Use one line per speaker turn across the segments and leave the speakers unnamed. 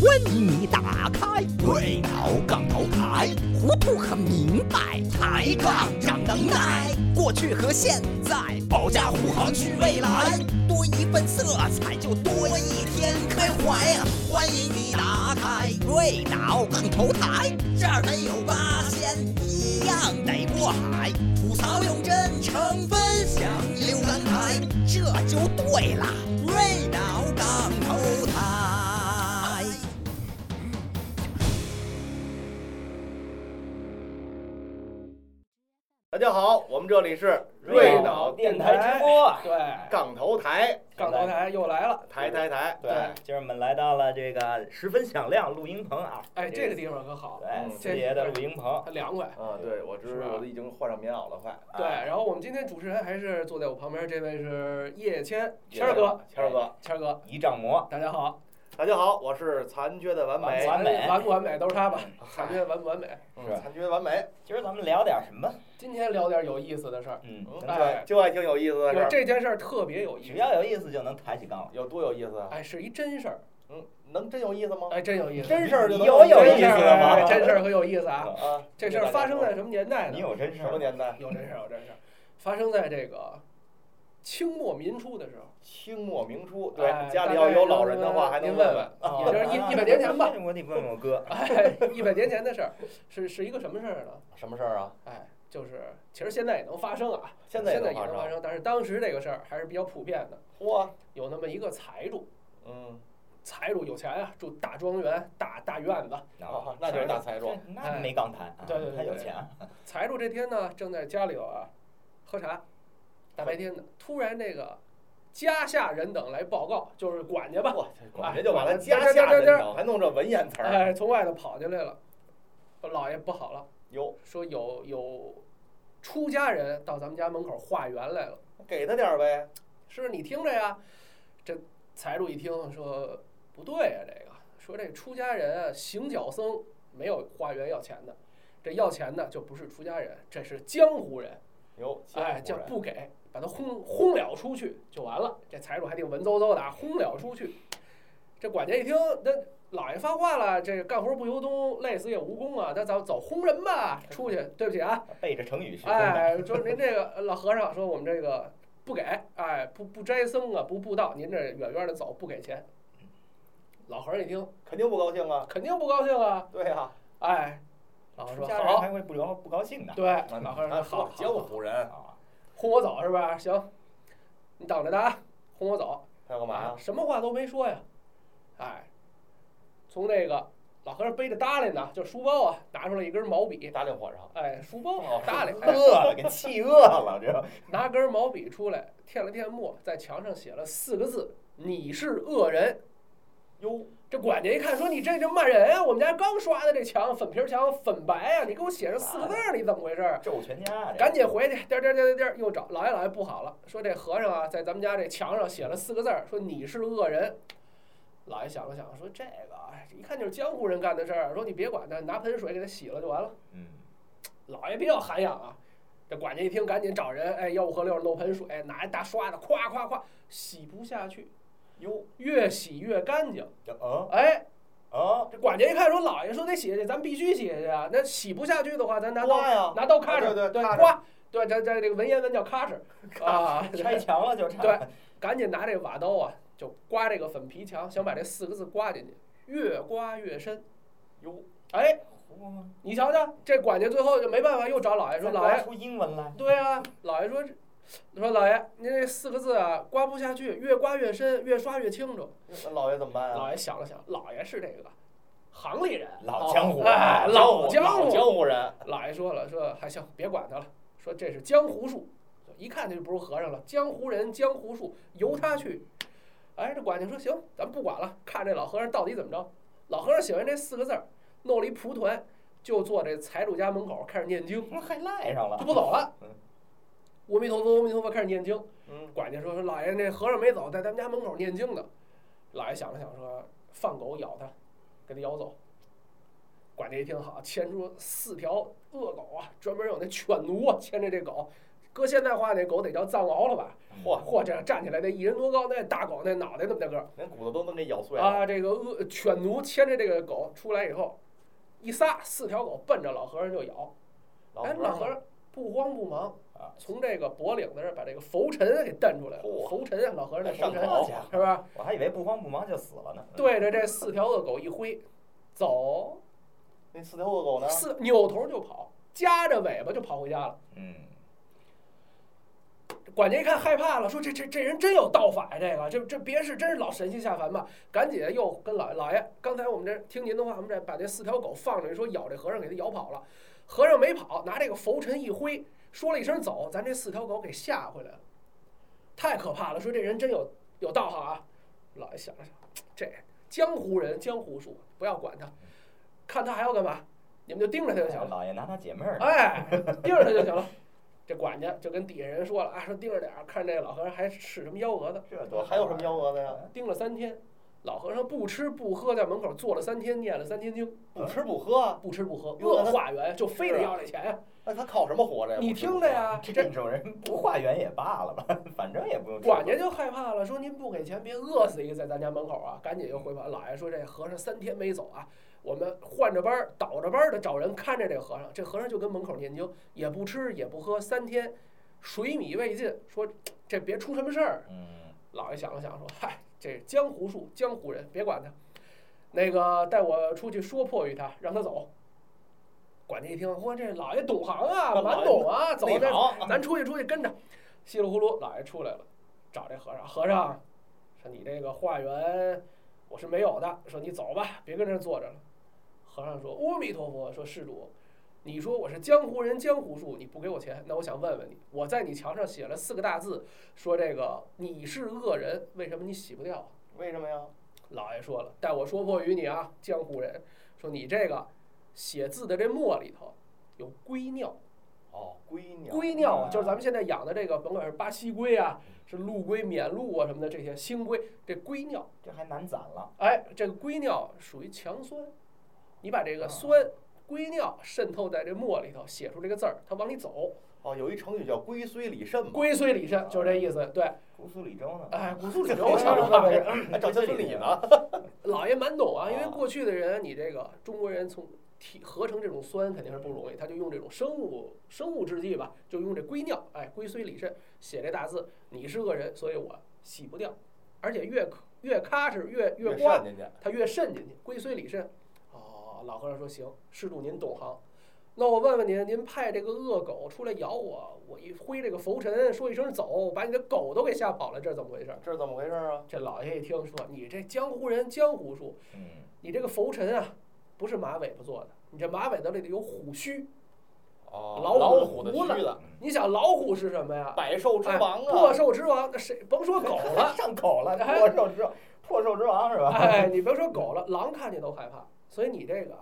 问你打开
鬼脑杠头台，
糊涂很明白，
抬杠长能耐，
过去和现在
保驾护航去未来。
多一份色彩就多一天开怀。欢迎你打开鬼脑杠头台，这儿没有八仙，一样得过海。吐槽用真诚分享浏览台，这就对啦。瑞脑杠头台。
大家好，我们这里是
瑞
瑞脑
脑电台直播，
对，
杠头台，
杠头台又来了。
台台台，
对，今儿我们来到了这个十分响亮录音棚啊，
哎，这个地方嗯可好，
对四爷的录嗯音棚，
它凉快。
啊，对我知
是吧
我都已经换上棉袄了，快，啊
对，然后我们今天主持人还是坐在我旁边，这位是叶谦，谦儿
二
哥，，哎
谦儿哥，
谦儿哥，
一丈魔，
大家好。
大家好，我是残缺的完美，
完美
完不完美都是他 吧？感觉完不完美？
嗯
是
残缺完美，
今儿咱们聊点什么？
今天聊点有意思的事儿，
嗯，
嗯
咱们
哎
对，就爱听有意思的事
有
儿，
这件事儿特别有意
只
思。
要有意思就能抬起杠来。
有多有意思啊？
哎，是一真事儿，
嗯，能真有意思吗？
哎，真有意思，
真事儿就能
有有
真
意
事儿
思的
哎
吗？
真事儿可有意思 啊！
啊，
这事儿发生在什么年代呢
你？有真事
什么
嗯
儿？
年代？
有真事儿，有真事儿，发生在这个清末民初的时 候。
清末明初，对，
哎
家里
大
要
概
有老人的
就是
话还能
您
问啊
问，
哦
也就是一一百年前吧
这我得问问我 哥。
哎，一百年前的事儿，是是一个什么事儿呢？
什么事儿啊？
哎，就是其实现在也能发生啊，
现在
在
也
也
能
能
发
发
生，
生，但是当时这个事儿还是比较普遍的。
嚯，
有那么一个财主，
嗯，
财主有钱啊，住大庄园、大大院子。
啊
哦那就是大财主
这，那没杠谈啊，
哎对对对
他有
对
钱啊。
财主这天呢，正在家里头啊，喝茶，大白天的，突然这个家下人等来报告，就是管家吧，
嚯，这管家就把他家下人等，还弄这文言词儿，
哎，从外头跑进来了，说老爷不好了，
哟，
说有有出家人到咱们家门口化缘来了。
给他点儿呗，
是你听着呀。这财主一听说不对呀、这个说这出家人啊，行脚僧没有化缘要钱的，这要钱的就不是出家人，这是江湖人，
哟，
哎，
江
叫
湖人
不给，把他轰轰了出去就完了。这财主还挺文绉绉的啊，轰了出去。这管家一听，那老爷发话了，这干活不由东，累死也无功啊，那咱走轰人吧，出去，对不起啊，
背着成语学，
哎，说您这个老和尚说我们这个不给，哎，不不斋僧啊，不布道，您这远远的走，不给钱。老和尚一听，
肯定不高兴啊，
肯定不高兴啊，
对呀、
哎，老和
出
尚
家
说
人
好，
还会不高不高兴的
对，
嗯
老和尚说
啊
好，
江
好，
湖人，
啊。
轰我走是吧？行，你等着他啊，轰我走，
他要干嘛呀？
什么话都没说呀，哎，从这个老和尚背着搭裢呢，就书包啊，拿出来一根毛笔，
搭领火上，
哎，书包
哦
搭裢，哎
饿了，给气饿了，这
拿根毛笔出来，添了添墨，在墙上写了四个字：“你是恶人。
哟，”
这管家一看，说：“你这就骂人啊！我们家刚刷的这墙，粉皮墙，粉白啊！你给我写上四个字儿，你怎么回事儿
咒全家啊，？”这
赶紧回去，颠儿颠儿颠儿颠儿，又找老爷老爷不好了，说这和尚啊，在咱们家这墙上写了四个字儿，说你是恶人。老爷想了想，说这个哎一看就是江湖人干的事儿，说你别管他，拿盆水给他洗了就完了。
嗯，
老爷比较涵养啊。这管家一听，赶紧找人，哎，吆五喝六弄盆水，拿一大刷子，咵咵咵，洗不下去，
哟，呃
越洗越干净。
这嗯
哎，
嗯，
这管家一看说，老爷说得洗去，咱必须洗去啊。那洗不下去的话，咱拿刀
刮呀
拿刀咔
啊
哧，
对对咔哧
刮，对，这这这个文言文叫咔哧啊，
拆墙了就拆，
对，赶紧拿这瓦刀啊，就刮这个粉皮墙，想把这四个字刮进去，越刮越深。
哟，
哎，
嚯
你瞧瞧，这管家最后就没办法，又找老爷哎说，
再
老爷
刮出英文来，
对啊，老爷说这，说老爷，您这四个字啊，刮不下去，越刮越深，越刷越清楚。
那老爷怎么办
啊
啊呀、
老爷想了想，老爷是这个行里人，
老江湖，
哎老江湖
老江湖人，
老爷说了，说还行，别管他了，说这是江湖术，一看他就不是和尚了，江湖人，江湖术，由他去。哎，这管家说行，咱不管了，看这老和尚到底怎么着。老和尚写完这四个字儿，弄了一蒲团，就坐这财主家门口开始念经，
他妈还赖上了，
就不走了
嗯。
阿弥陀佛，阿弥陀佛，开始念经。
嗯，
管家说说老爷那和尚没走，在咱们家门口念经呢。老爷想了想说，放狗咬他，给他咬走。管家一听好，牵出四条恶狗啊，专门有那犬奴啊，牵着这狗搁现代化那狗得叫藏獒了吧？
嚯，
嚯，这站起来得一人多高，那大狗那脑袋那么大个儿
连骨头都能给咬碎了。
啊！这个恶犬奴牵着这个狗出来以后，一撒，四条狗奔着老和尚就咬。
老
哎，
头
老
儿
和尚不慌不忙
啊，
从这个脖领子这儿把这个拂尘给蹬出来了。
嚯
拂尘啊，老和尚那
上
拂尘
头，
是吧？
我还以为不慌不忙就死了呢。，
对着这四条恶狗一挥，走，
那四条恶狗呢？
四扭头就跑，夹着尾巴就跑回家了。
嗯，
管家一看害怕了，说这这这人真有道法呀、这个这这别是真是老神仙下凡吧？赶紧又跟老爷老爷，刚才我们这听您的话，我们这把这四条狗放着，说咬这和尚给他咬跑了，和尚没跑，拿这个拂尘一挥，说了一声走，咱这四条狗给吓回来了，太可怕了！说这人真有有道行啊！老爷想了想，这江湖人江湖术，不要管他，看他还要干嘛，你们就盯着他就行了。
老爷拿他解闷儿呢。
哎，盯着他就行了。这管家就跟底下人说了啊，说盯着点儿，看这老和尚还使什么幺蛾子。
这
我
多
还有什么幺蛾子呀？
盯了三天，老和尚不吃不喝，在门口坐了三天，念了三天经，
不吃不喝啊，
不吃不喝，
哟
恶化缘，就非得要这钱呀。
那他靠什么
啊
活着呀？
你听着呀，
这种人不化缘也罢了吧， 反正也不用吃
管家就害怕了，说您不给钱，别饿死一个在咱家门口啊！赶紧又回房。老爷说这和尚三天没走啊，我们换着班儿倒着班儿的找人看着这和尚。这和尚就跟门口念经，也不吃也不喝，三天水米未进，说这别出什么事儿。
嗯，
老爷想了想说：“嗨，这江湖术，江湖人，别管他。那个带我出去说破于他，让他走。”管家一听，嚯，这老爷懂行啊，
那老爷
蛮懂啊，走
内
咱
行
咱出去出去跟着。稀里糊涂，老爷出来了，找这和尚。和尚说：“你这个化缘我是没有的，说你走吧，别跟这儿坐着了。”和尚说：“阿弥陀佛，说施主，你说我是江湖人，江湖术，你不给我钱，那我想问问你，我在你墙上写了四个大字，说这个你是恶人，为什么你洗不掉啊？
为什么呀？
老爷说了，待我说破于你啊，江湖人，说你这个写字的这墨里头有龟尿，
哦，龟鸟，
龟尿啊，就是咱们现在养的这个，甭管是巴西龟啊，是陆龟、缅鹿啊什么的这些星龟，这龟尿，
这还难攒了。
哎，这个龟尿属于强酸，你把这个酸龟尿渗透在这墨里头，写出这个字儿，它往里走，
哦，有一成语叫龟虽理甚嘛。
龟虽理肾，就是这意思，对。
姑苏李州呢？
哎，古树理
这好
我
像
想
是
着
吧
吧，
哎
还哎找孙理呢？
老爷蛮懂啊，因为
啊
过去的人，你这个中国人从提合成这种酸肯定是不容易，他就用这种生物生物制剂吧，就用这龟尿，哎，龟虽理肾，写这大字，你是恶人，所以我洗不掉，而且越越踏实 越越刮
善，人家
他越渗进去，龟虽理肾。哦，老和尚说行，施主您懂行，那我问问您，您派这个恶狗出来咬我，我一挥这个拂尘，说一声走，把你的狗都给吓跑了，这是怎么回事？
这是怎么回事啊？
这老爷一听说你这江湖人江湖术，
嗯，，
你这个拂尘啊，不是马尾巴做的，你这马尾子里头有虎须。
哦
老虎
老虎的
胡子
须子，
你想老虎是什么呀？
百兽之王
哎
啊
破！兽之王，那谁甭说狗了
嗯上口了，
哎
破兽之破兽之王是吧？
哎，你别说狗了，狼看见都害怕。所以你这个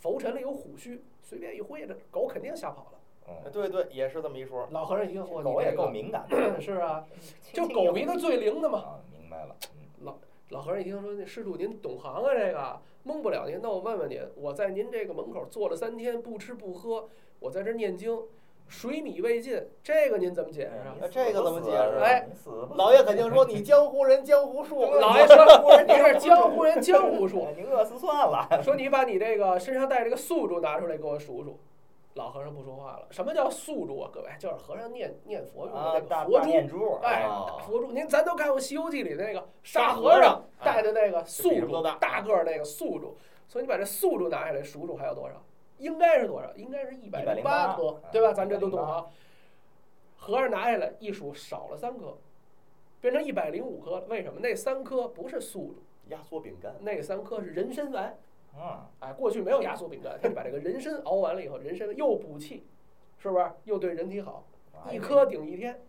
拂尘里有虎须，随便一挥，这狗肯定吓跑了。
哎
嗯，
对对，也是这么一 说。
老和尚一听，我
狗
你
也
这
够
个
敏感的，
是啊，
轻
就
轻
狗
游
鼻子最灵的嘛。
啊，明白了。嗯
老和尚一听说，那施主您懂行啊，这个蒙不了您。那我问问您，我在您这个门口坐了三天，不吃不喝，我在这儿念经，水米未进，这个您怎么解释啊？
哎这个怎么解释啊
哎，
你死不死
老爷肯定说你江湖人江湖 术，
老爷说：“你这是江湖 人江湖术，
哎你饿死算了。
说你把你这个身上带这个宿主拿出来给我数数。”老和尚不说话了。什么叫宿主啊？各位，就是和尚念念佛用
啊
的，那
大
个佛
大
珠。
念珠，
哎
啊，
佛珠，您咱都看过《西游记》里那个沙
和
和
尚
尚
哎
带的那个宿
比什么都
主
大，
大个儿那个宿主，所以你把这宿主拿下来数数还有多少？应该是多少？应该是一百零
108
颗
啊，
对吧？咱这都懂
108
行。和尚拿下来一数，少了三颗，变成一百零五颗了。为什么？那三颗不是宿主，
压缩饼干，
那三颗是人参丸。
嗯，
哎，过去没有压缩饼干，他就把这个人参熬完了以后，人参又补气，是不是？又对人体好，
哎
一
呀
颗顶一天，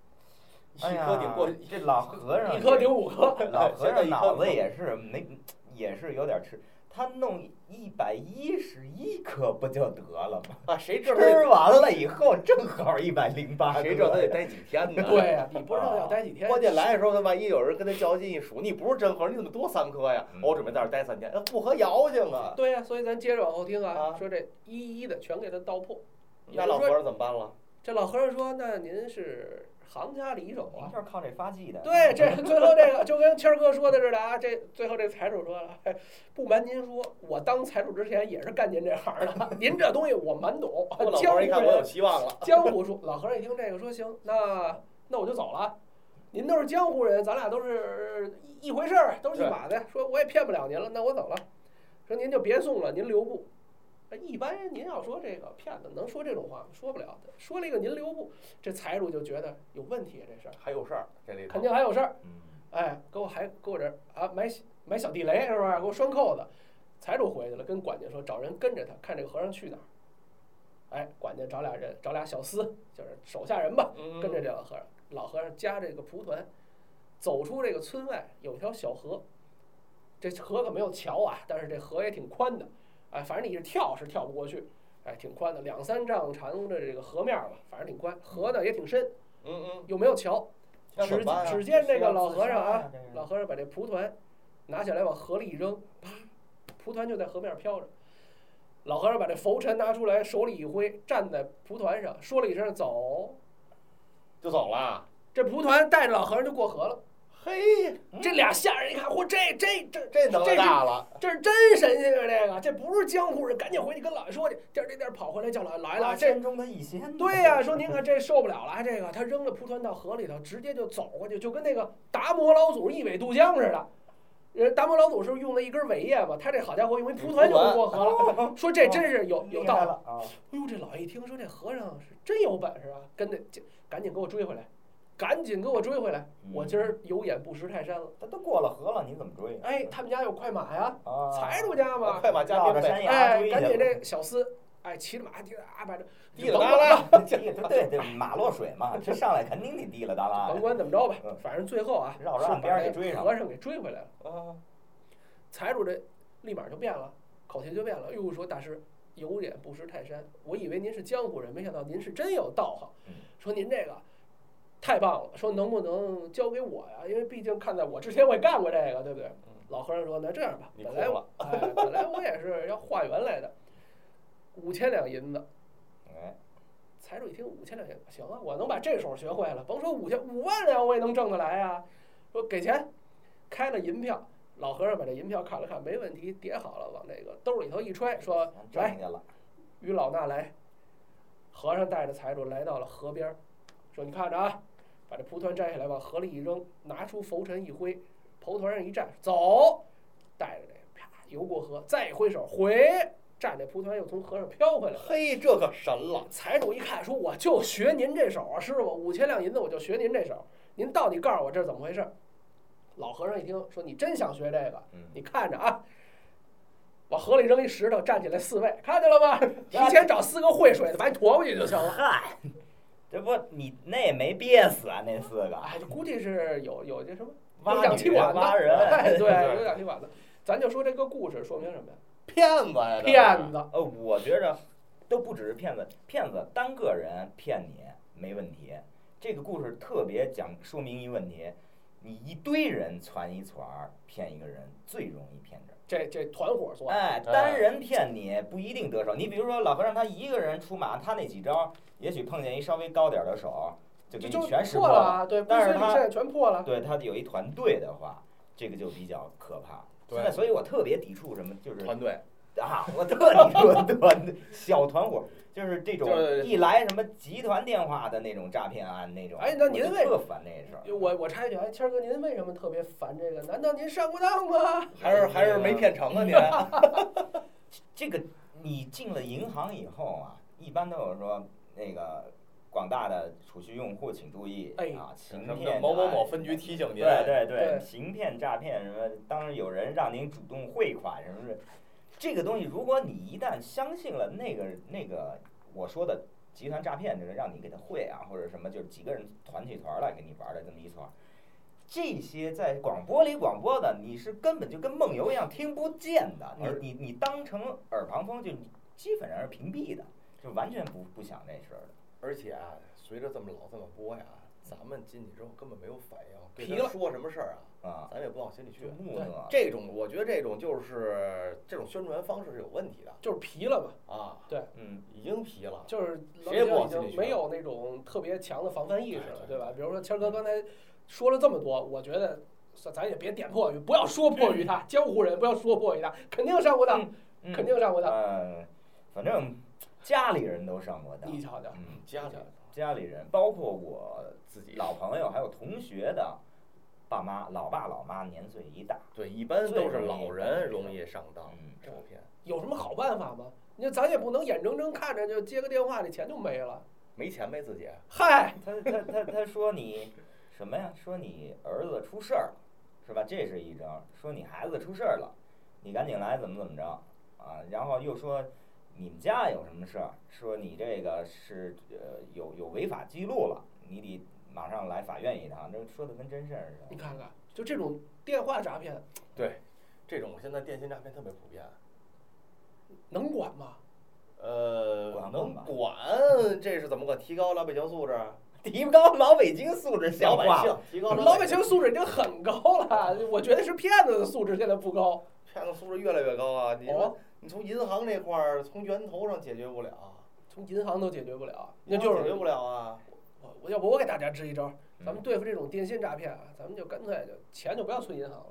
一
哎呀
颗顶过
这老和尚，
一颗顶五颗。
老和
现在
尚
一
脑
看
子也是没，也是有点吃。他弄一百一十一颗不就得了吗？
啊，谁这啊
吃完了以后正好一百零八颗。啊
谁这他得 待几天 呢？
对呀、你不知道要待几天。
关键来的时候，他万一有人跟他较劲一数，你不是真和，你怎么多三颗呀？哦
嗯
我准备在这儿待三天，那哎不合妖精啊！
对呀、所以咱接着往后听啊，
啊
说这一一的全给他道破。也
那
就
老
是
和
说，
尚怎么办了？
这老和尚说：“那您是行家里手
您
啊。
就是靠这发迹”的。
对，这最后这个就跟谦儿哥说的似的啊。这最后这财主说了、哎不瞒您说，我当财主之前也是干您这行的，您这东西我 蛮懂。
我老
江湖
头一看我有
人，
希望了，
江湖术。老和尚一听这个说：“行，那那我就走了。您都是江湖人，咱俩都是一一回事儿，都是一码的。说我也骗不了您了，那我走了。说您就别送了，您留步。哎一般您要说这个骗子能说这种话吗？说不了的。说了一个您留步，这财主就觉得有问题，啊这事儿
还有事儿这里头
肯定还有事儿。
嗯，
哎，给我还给我这儿啊买小买小地雷是不是？给我拴扣子。财主回去了，跟管家说找人跟着他，看这个和尚去哪儿。哎，管家找俩人，找俩小厮，就是手下人吧，
嗯
跟着这老和尚，老和尚夹着这个蒲团，走出这个村外，有一条小河，这河可没有桥啊，但是这河也挺宽的，哎，反正你是跳是跳不过去，哎，挺宽的，两三丈长的这个河面儿吧，反正挺宽，河呢也挺深，
嗯嗯，
又没有桥，
那怎
只
么办啊
只见这个老和尚
是要自杀
啊
呀这个，
老和尚把这蒲团拿起来往河里一扔，啪，蒲团就在河面飘着。老和尚把这拂尘拿出来，手里一挥，站在蒲团上，说了一声“走
就走了。”，
这蒲团带着老和尚就过河了。
嘿，
这俩下人一看，嚯，这这这
这能
这
耐
是
大了，
这是真神仙啊！这个这不是江湖人，赶紧回去跟老爷说去。颠儿颠儿颠儿跑回来叫老爷，老爷老
八
爷这
千中的一仙。
对呀、说您 看这受不了了，这个他扔了蒲团到河里头，直接就走过去，就跟那个达摩老祖一苇渡江似的。人达摩老祖是用了一根苇叶嘛，他这好家伙用一蒲团就能过河了。说这真是有有
厉
道
害
理。
了啊！
哎呦，这老爷一听说这和尚是真有本事啊，跟那这赶紧给我追回来，赶紧给我追回来！我今儿有眼不识泰山了。
他都过了河了，你怎么追啊？
哎，他们家有快马呀，
啊，
财主家
哦
嘛，
快马加
绕着
鞭呗，
山崖
哎，
追去
赶紧
了。
这小厮，哎，骑着马滴答啊，把这
滴里哒啦，
对对对，马落水嘛，这上来肯定得滴了哒啦
甭。管怎么着吧
嗯，
反正最后啊，
绕着
是
岸边
把
儿给
这
追上
和尚给追回来了。
啊，
财主这立马就变了，口气就变了。哎呦，说大师有眼不识泰山，我以为您是江湖人，没想到您是真有道行
嗯。
说您这个太棒了，说能不能交给我呀？因为毕竟看在我之前我也干过这个，对不对？
嗯
老和尚说那这样吧，
你
本来
哭
我哎，本来我也是要化缘来的，五千两银子。
哎，
财主一听五千两银子，行啊，我能把这手学会了，甭说五千，五万两我也能挣得来啊。说给钱，开了银票，老和尚把这银票看了看，没问题，叠好了，往这个兜里头一揣，说
站去了，
与老衲来。和尚带着财主来到了河边儿，说：“你看着啊，把这蒲团摘下来，往河里一扔，拿出拂尘一挥，蒲团上一站，走，带着这个啪游过河，再一挥手回，站这蒲团又从河上飘回来了。
嘿，这可神了，
财主一看，说：“我就学您这手啊，师傅，五千两银子我就学您这手，您到底告诉我这是怎么回事？”老和尚一听，说：“你真想学这个？
嗯
你看着啊，往河里扔一石头，站起来四位，看见 了吧？提前找四个会水的，把你驮回去就行了。
嗨，这不你那也没憋死啊，那四个”
哎，就估计是有有这什么
挖
有氧气
女人
管子，
挖人
哎，对，
对
有氧气管子。咱就说这个故事说明什么呀？
嗯
骗子呀，这是
骗子，
呃，我觉着都不只是骗子，骗子单个人骗你没问题。这个故事特别讲说明一问题，你一堆人攒一撮儿骗一个人最容易骗着。
这这团伙作案，
哎，单人骗你不一定得手。你比如说老和尚他一个人出马，他那几招，也许碰见一稍微高点儿的手，就给
就
你
就
全识
破
破
了啊，对，
但是
不
他
现在全破了。
对他有一团队的话，这个就比较可怕。
对
现在，所以我特别抵触什么，就是
团队，
啊，我特抵触团队 小团伙，就是这种
对对对
一来什么集团电话的那种诈骗案那种。
哎那您
我就
为
特烦这事儿。
我我插一句，哎，谦儿哥，您为什么特别烦这个？难道您上过当吗？
还是还是
嗯
没骗成啊您？
这个你进了银行以后啊，一般都有说那个广大的储蓄用户请注意
哎
啊，行
什么
骗
的某某某
诈
分局提醒您，
对对
对
对，行骗诈骗什么，当然有人让您主动汇款什么的，这个东西如果你一旦相信了那个那个我说的集团诈骗，就是让你给他汇啊或者什么，就是几个人团起团来给你玩的这么一撮儿。这些在广播里广播的，你是根本就跟梦游一样听不见的，
而
你你你当成耳旁风，就你基本上是屏蔽的，就完全不不想这事儿的。
而且啊，随着这么老这么播呀，
咱们进去之后根本没有反应，对
皮
他
了
说什么事儿啊，
啊，
咱也不往心里去
就。木讷，
这种我觉得这种就是这种宣传方式是有问题的
就是皮了嘛，
啊，
嗯，
已经皮了，
就是老
谁也
北
不往
京已
心里
经
去啊
没有那种特别强的防范意识了
哎，
对吧？比如说谦儿哥刚才说了这么多，我觉得算咱也别点破于，不要说破于他，江湖人不要说破于他，肯定上过当，
嗯
肯定上过当。
嗯，反正家里人都上过当
你，瞧瞧，
嗯，
家里
家里人包括我
自己
老朋友还有同学的爸妈，老爸老妈年岁一大，
对，一般都是
最容易
老人容易上当
嗯，
诈骗
有什么好办法吗？你说咱也不能眼睁睁看着就接个电话，这钱就没了。
没钱呗自己，啊
嗨，
他他他他说你什么呀？说你儿子出事儿了，是吧？这是一招。说你孩子出事儿了，你赶紧来，怎么怎么着啊？然后又说你们家有什么事儿？说你这个是呃有有违法记录了，你得马上来法院一趟。这说的跟真事儿似
你
的。
看看，就这种电话诈骗
对，这种现在电信诈骗特别普遍。
能管吗？
呃，
管
能
吧
管这是怎么个提高老北京 素质？
提高老北京素质，
老
像
百
话吗
姓提高
老百姓素质已经很高了，我觉得是骗子的素质现在不高。
骗子素质越来越高啊！你
哦
说你从银行这块儿从源头上解决不了，
从银行都解决不了，那
银行
就
解决
是
不了啊！
我我要不我给大家支一招，
嗯
咱们对付这种电信诈骗啊，咱们就干脆就钱就不要存银行了，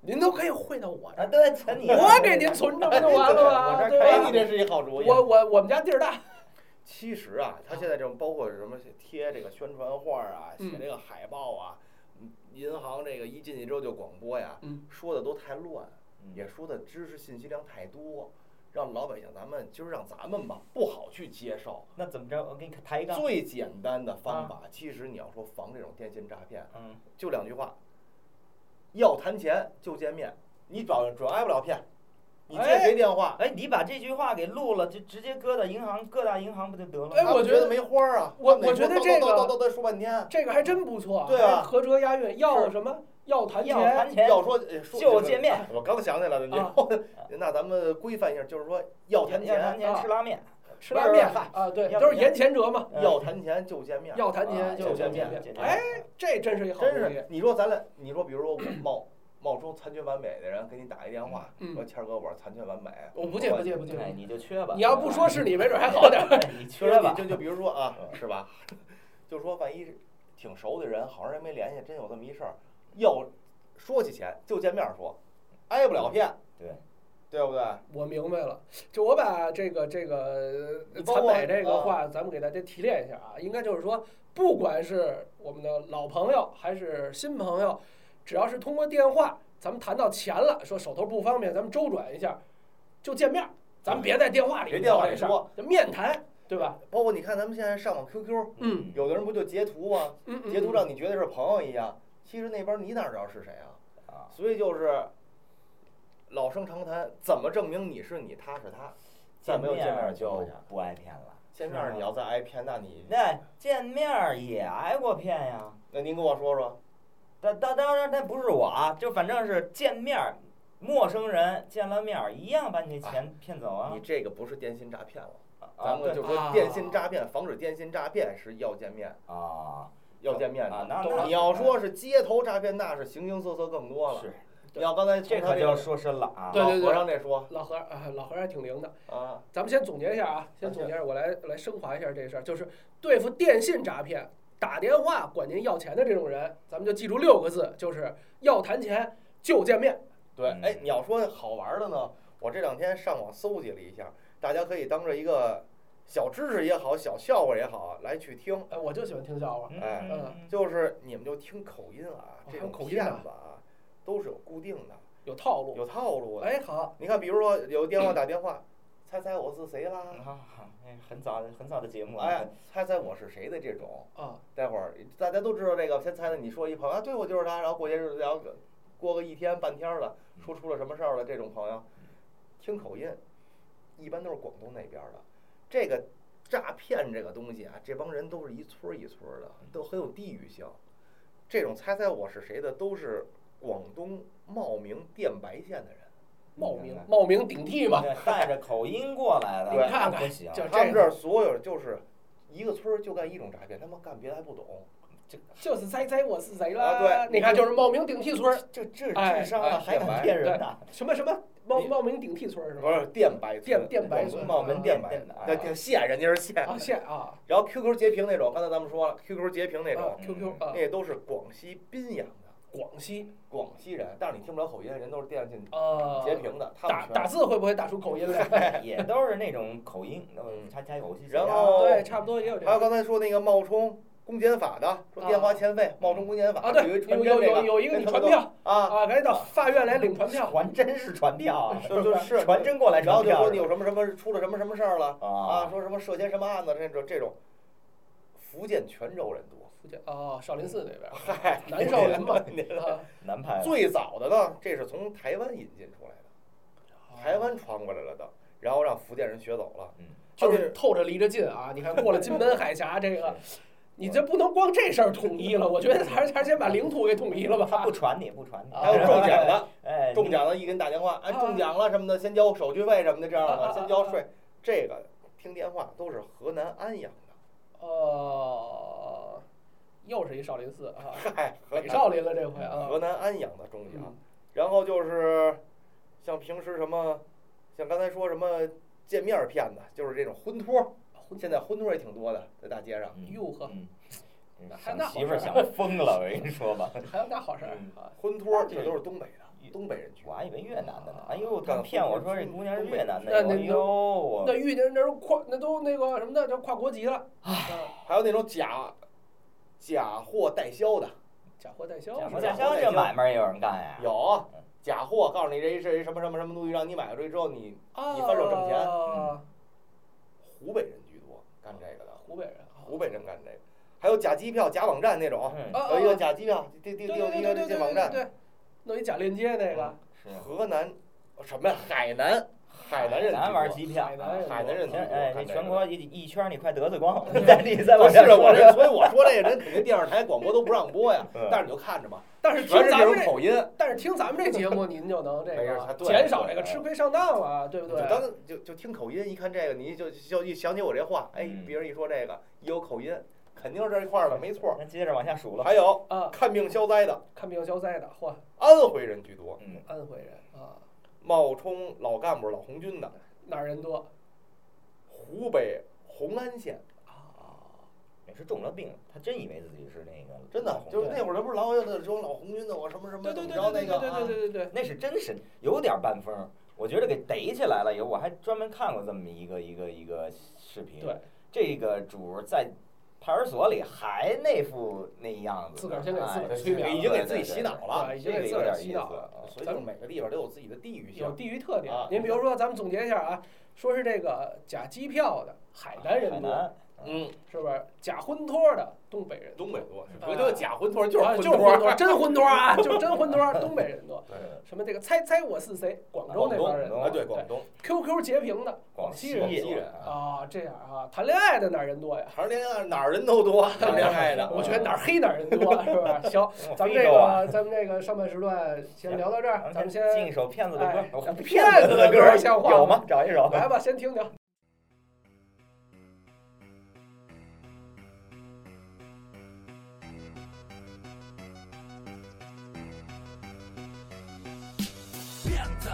您都可以汇到我这
啊，
儿，
对，存你
我给您存着不就完了
哎
吗？
对
对
我这儿哎，你
吧？
这是一好主意。
我我我们家地儿大，
其实啊，他现在这种包括什么贴这个宣传画儿啊，
嗯
写这个海报啊，嗯银行这个一进去之后就广播呀
嗯，
说的都太乱，也
也
说的知识信息量太多，让老百姓咱们就是让咱们吧不好去接受。
那怎么着？我给你抬一杠。
最简单的
啊
方法，其实你要说防这种电信诈骗，
嗯，
就两句话：要谈钱就见面，你转转挨不了骗。你接谁电话？
哎，你把这句话给录了，就直接搁到银行各大银行不就得了吗？
哎
他
我
们
觉
觉
得
没花儿啊。
我
他们
我觉得
叨叨
这个
叨叨叨叨说半天，
这个还真不错，
对啊
还合辙押韵，要什么要谈
要
钱，
谈钱
要说呃说
就
这个
见面，
我刚想起来了，你
啊
那咱们规范一下，就是说要谈
要谈
钱，
钱
啊
吃拉面，
吃拉面
不是
啊，对，
要
都是言前折嘛，
呃
要谈钱就见面，
要谈
啊
钱
就
见
见
面
面，
哎，这真是一好
真
主意
是。你说咱俩，你说比如说我冒冒充残缺完美的人给你打一电话，
嗯
说谦儿哥我是残缺完美，
我不借不借不
哎，
借，
你就缺吧。
你要不说是你，没准还好点儿。
哎 你
就说
缺
你
吧。嗯
就就比如说啊，是吧？就说万一挺熟的人，好长时间没联系，真有这么一事儿，要说起钱就见面儿说，挨不了骗，
嗯对，
对不对？
我明白了，就我把这个这个
你啊包
残
括
美这个话，咱们给大家提炼一下啊，应该就是说，不管是我们的老朋友还是新朋友，只要是通过电话，咱们谈到钱了，说手头不方便，咱们周转一下，就见面儿，咱们别在电话里
哎别电话里
聊这事儿
说，
就面谈，对吧？
包括你看咱们现在上网 QQ，
嗯
有的人不就截图吗？
嗯
截图让你觉得是朋友一样，其实那边你哪知道是谁啊？
啊，
所以就是老生常谈，怎么证明你是你，他是他？在没有见面
儿
的情
就
况下，
不挨骗了。
见面儿你要再挨骗，那你
那见面儿也挨过骗呀。
那您跟我说说，
当当当然，那不是我啊，就反正是见面儿，陌生人见了面儿一样把你这钱骗走啊
你。这个不是电信诈骗了，
啊
咱们
对
就说
啊
电信诈骗，防止电信诈骗是要见面，
啊
要见面
啊
的。，
那
懂
那
你要说是哎街头诈骗，那是形形色色更多了。
是，
你要刚才从
这
他
可
个
就说深了啊。
对
老和尚这说
老何啊，老何还挺灵的。
啊，
咱们先总结一下啊，先总结一下，我来来升华一下这事儿，就是对付电信诈骗、打电话管您要钱的这种人，咱们就记住六个字，就是要谈钱就见面。
对，
嗯
哎，你要说好玩的呢，我这两天上网搜集了一下，大家可以当着一个小知识也好，小笑话也好来去听，
哎，我就喜欢听笑话。
嗯
哎
嗯
就是你们就听口音啊，
哦
这种
还有口音
骗
啊
子啊，都是有固定的，
有套路。
有套路的。
哎，好，
你看，比如说有电话打电话， 猜猜我是谁啦？
啊，哎很早的很早的节目啊。
哎，猜猜我是谁的这种，
啊，
待会儿大家都知道这个，先猜猜你说一朋友啊，对我就是他，然后过些日子，然后过个一天半天了，说出了什么事儿了，这种朋友，听口音，一般都是广东那边儿的，这个诈骗这个东西啊，这帮人都是一村儿一村儿的，都很有地域性，这种猜猜我是谁的都是广东茂名电白县的人。
冒名冒名顶替吧。
对带着口音过来的，
对
那
看看
不行，
就
他
这
们这儿所有就是一个村儿就干一种诈骗，他们干别的还不懂。
就是谁谁我是谁了。
啊对
你看就是冒名顶替村儿，
这这
哎
智商啊，
哎
还敢骗人呢？
什么什么冒
你
冒名顶替村儿是
不
吧？
是电白村
电电白村
冒门店买的，
那电县人家是县，
啊，县啊
然后 QQ 截屏那种，刚才咱们说了，QQ 截屏那种，
啊，QQ 啊，
那都是广西宾阳的
广西
广西人，但是你听不了口音，人都是电信
啊，
截屏的，他
打
们
打
全。
字会不会打出口音来？
哎也都是那种口音，那么
嗯
他他口音。
然后
对，差不多也有这
还有
样。
刚才说那个冒充公检法的，说电话欠费，冒充公检法
啊，对，
有一
有
传
有
真那
有
个
有一个
跟
你
他
传
们
票
啊，
啊，赶紧到法院来领传 票。
还真是传票啊，
就就是
传真过来
然
传
后就
票
说你有什么什么出了什么什么事儿了啊，
啊，
说什么涉嫌什么案子这种这种，福建泉州人多，
福建啊，少林寺那 边儿，
嗨，
南少林嘛啊，
南派
最早的呢，这是从台湾引进出来的，
哦
台
啊
湾传过来了的，然后让福建人学走了。
嗯
就是透着离着近啊。你看过了金门海峡这 个，你这不能光这事儿统一了，我觉得还是还是先把领土给统一了
他
吧
不。传你，不传你，
啊
还有中奖 的，
哦 哎，
中奖的一给你打电话，哎，中奖了什么的，先交手续费什么的，这样
啊啊啊
的先交税。这个听电话都是河南安阳的，
哦，又是一少林寺啊，
嗨，河
北
南
少林了这回啊
哎 河。南安阳的中奖
嗯。
然后就是像平时什么，像刚才说什么见面儿骗子，就是这种婚托，现在婚托也挺多的，在大街上。
嗯
哟呵，
嗯
那还
想
那好
媳妇儿
事
想疯了，我跟你说吧，
还有大好事儿
嗯
啊！
婚托这都是东北的，东北人去
我。还以为越南的呢
啊，
哎呦，他骗我说这姑娘是越南的，
那
哎
那
呦，我
那遇见那都跨，那都那个什么的，都跨国籍了。啊，
还有那种假假货代销的，
假货代销
假
是吧
货？假销这买卖也有人干呀，
有啊假货，告诉你这是一什么什么什么东西，让你买了这之后你
啊，
你翻手挣钱嗯
啊
湖北人居多干这个的，
湖北人啊，
湖北人干这个，还有假机票、假网站那种，
嗯，
啊，
有一个
啊
假机票，订订
对
订
对
一
对
个
对
这
对
些
对
网
对
站，嗯
对，弄一假链接那个，
是
河南什么呀？海南，海南人居
咱玩
多，
机票，
海南人
海南人居
行，
多
哎，
干
这
这
全
个
国一一圈，你快得罪光 了，你再你再
不
往
是
下
我
说
这， 所以我说这个人肯定电视台、广播都不让播呀
嗯。
但是你就看着 吧，
但是听
全是
咱
这
们
种
这，
口音。
但是听咱们这节目，您就能这
没事儿
个
他对
减少这个
对
吃亏上当了，啊对不
就
对？
当就就听口音，一看这个，你就就一想起我这话，哎
嗯，
别人一说这个，一有口音，肯定是这一块儿的，没错儿。
那接着往下数了，
还有
啊，
看病消灾的，
看病消灾的，嚯，
安徽人居多，
嗯，
安徽人啊，
冒充老干部、老红军的，
哪儿人多
湖北红安县，
啊？
也是中了病，他真以为自己是那个
真的
红
就是
对
那会儿，不是老有那种老红军的，我什么什么
对
怎
对
么
对
着
对
那个啊，
对对对对对对对，
那是真神，有点半疯儿。我觉得给逮起来了以后，我还专门看过这么一个一个一个视频。
对，
这个主儿在派出所里还那副那样子呢，
自个儿先给自个儿
哎
催眠
已经给自己洗脑
啊，
了，
已经
这个
给自
有
个
点
儿
意
洗
思
脑了。
啊。
所以就是每个地方都有自己的地域
有
性。
地域特点
啊。
您比如说，咱们总结一下啊，说是这个假机票的海南人
海
多，
南
嗯，
是不是？假婚托的东北人多，
东北多，你不
啊
叫假婚托，就是
啊
婚
就是
托
婚
儿。
托，真婚托啊， 就是真婚托，东北人多。
对
什么这个猜猜我是谁，广州那边人
广东
啊，对广东，
，QQ 截屏的
广
西
广
人
西人
啊
啊，这样啊，谈恋爱的哪儿 人多呀？
谈恋爱哪儿人都多，谈恋爱的。
我觉得哪儿黑哪儿人多，是不是？行，咱们这
非洲啊
个咱们这个上半时段先聊到这啊儿，咱们先
进一首骗子的歌
哎，
我
骗子的歌
儿
像话吗
有吗？找一首。
来吧，先听听。
骗子，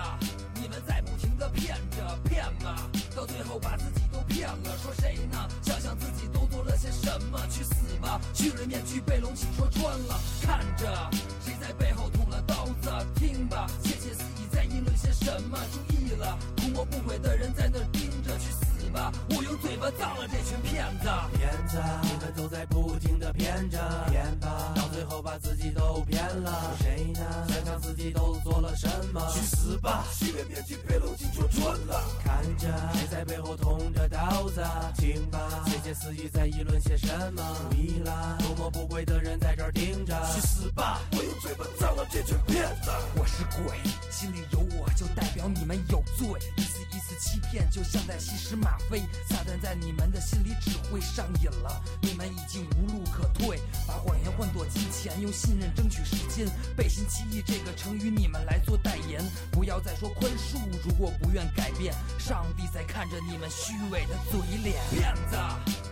你们在不停的骗着骗吧，到最后把自己都骗了。说谁呢？想想自己都做了些什么，去死吧！虚伪面具被龙起戳穿了，看着谁在背后捅了刀子，听吧，窃窃私语在议论些什么。注意了，图谋不轨的人在那儿盯着，去死吧！我用嘴巴葬了这群骗子。骗子，你们都在不停的骗着骗吧，到最后把自己都骗了。谁呢？想想自己都做了什么，去死吧！虚伪面具被龙镜戳穿了，看着谁在背后捅着刀子，听吧，窃窃私语在议论些什么。注意啦，图谋不轨的人在这儿盯着，去死吧！我用嘴巴葬了这群骗子。我是鬼，心里有我就代表你们有罪，一次一次次欺骗就像在吸食吗啡，撒旦在你们的心里只会上瘾了，你们已经无路可退，把谎言换作金钱，用信任争取时间。背信弃义这个成语你们来做代言，不要再说宽恕，如果不愿改变，上帝在看着你们虚伪的嘴脸。骗子，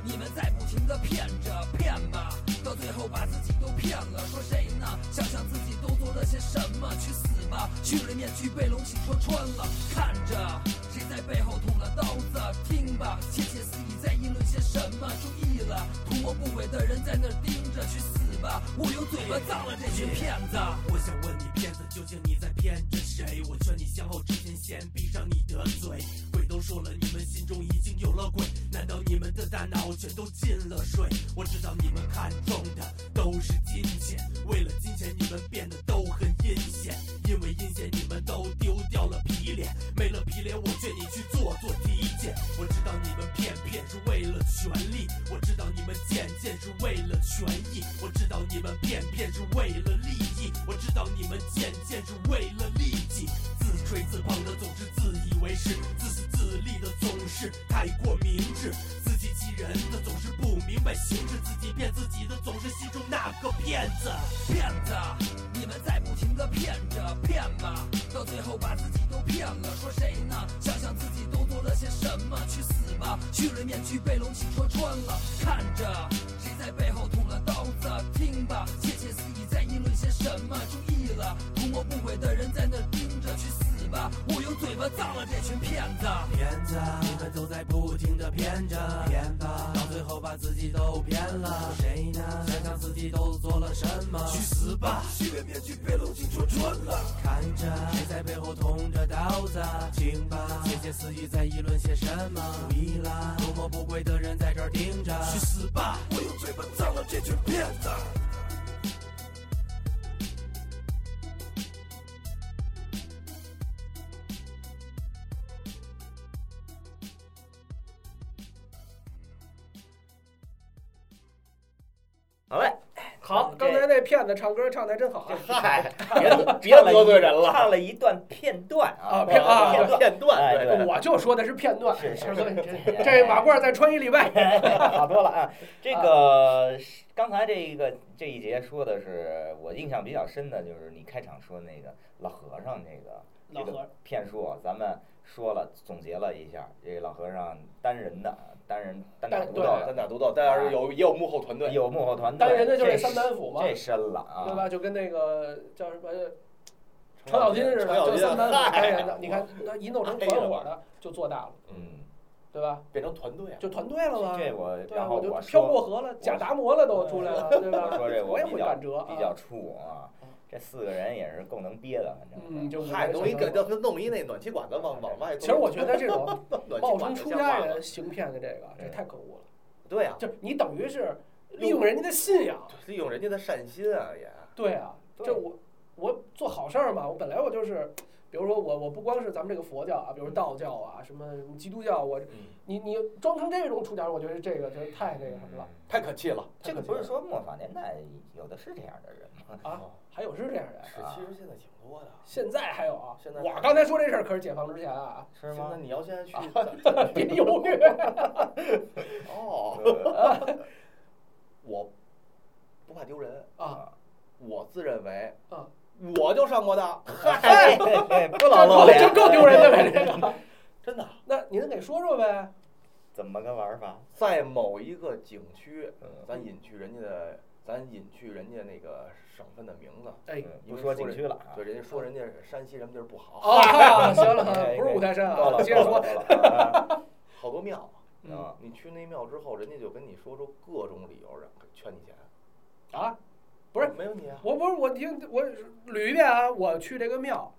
你们在不停的骗着骗吧，到最后把自己都骗了，说谁呢？想想自己都做了些什么，去死吧！虚了面具被龙形戳穿了，看着谁在背后捅了刀子，听吧，窃窃私语在议论些什么？注意了，图谋不轨的人在那儿盯着，去死吧！我用嘴巴葬了这群骗子。
我想问你，骗子究竟你在骗着谁？我劝你向后之前先闭上你的嘴。鬼都说了，你们心中已经有了鬼，难道你们的大脑全都进了水？我知道你们看中的都是金钱，为了金钱你们变得都很阴险，因为阴险你们都丢掉了皮脸，没了皮脸，我劝你去做做体检。我知道你们骗骗是为了权利，我知道你们贱贱是为了权益，我知道你们骗骗是为了利益，我知道你们贱贱是为了利己，自吹自捧的总是自以为是，自私自利的总是太过明智，自欺欺人的总是不明白形势，自己骗自己的总是心中那个骗子。
骗子，你们在不停的骗着骗吧，到最后把自己都骗了，说谁呢？想想自己都做了些什么，去死吧！虚伪面具被龙骑戳穿了，看着谁在背后捅了刀子，听吧，窃窃私语在议论些什么？注意了，图谋不轨的人在那儿盯着，去死吧！我用嘴巴葬了这群骗子。
骗子，你们都在不停的骗着，骗吧，到最后把自己都骗了。谁呢？想想自己都做了什么？去死吧！
虚伪面具被龙骑戳穿了。
看着谁在背后捅着刀子，听吧，窃窃私语在议论些什么？注意啦，图谋不轨的人在这儿盯着，去死吧！
我用嘴巴葬了这群骗子。
好嘞，
好，刚才那骗子唱歌唱的真好啊！
嗨，别
别得罪人了
唱了一段片段
啊
啊，
片啊
片段，
片段，
哎
对
对
我就说的是片段，
是是
所以这这马褂再穿一礼拜，
好多了啊。这个
啊
是刚才这一个这一节说的是我印象比较深的，就是你开场说那个老和尚这个嗯
老和尚
骗术，咱们说了总结了一下，这老和尚单人的单人单打
单
独
对啊
斗
咱打独斗，但是有也有幕后团队，
有幕后团队，
单人的就是
这
三板斧嘛，
这深了啊，
对吧？就跟那个叫什么
程咬
程咬
金
金似的，
程咬
就
金
三板斧单人的
嗨，
你看那一弄成团伙的就做大了，
嗯，
对吧？
变成团队啊，
就团队了嘛，
这我
对
然
啊，
后
我就
我
漂
说
过河了，假达摩了都出来了，对吧
我？说这
我也
比
会
较
赶折
比较
啊，
怵啊，这四个人也是够能憋的，反正
嗯，
是。
就五个
嗨，
人
弄一
小
个
团伙
叫弄一那暖气管子往往外。
其实我觉得 这种
暖气
冒
管
充
子
出
像
家
话吗
人行骗的这个，这太可恶了，
对啊，
就是你等于是利用人家的信仰，
利用人家的善心啊也。
对啊，
对
这我我做好事儿嘛，我本来我就是，比如说我我不光是咱们这个佛教啊，比如道教啊，什么什么基督教，我你你装成这种出家人，我觉得这个真太那个什么了。
太可气了，哦
这嗯个不是说末法年代有的是这样的人吗？
还有是这样的，
是其
啊
实现在挺多的。
现在还有啊
现在。
我刚才说这事儿可是解放之前啊，
是
现在
吗？
你要现在去
别犹豫。
哦，
呃
我不怕丢人，
啊，
我自认为，
嗯，
我就上过当，
嗨， 不
这
老露
够
脸，
这够丢人的了，这个。
真的，
那您给说说呗。
怎么个玩法？
在某一个景区，
嗯，
咱隐去人家的，咱隐去人家那个省份的名字，
哎，
不说景区了啊嗯
对，。人家说人家山西什么地儿不好，
哦，行了，行了，不是五台山
哎够啊
啊，
了，
接着说。
说。
好多庙，
嗯
你去那庙之后，人家就跟你说出各种理由，让劝你钱，
啊，不是
没有你啊，
我不是我听我捋一遍啊，我去这个庙，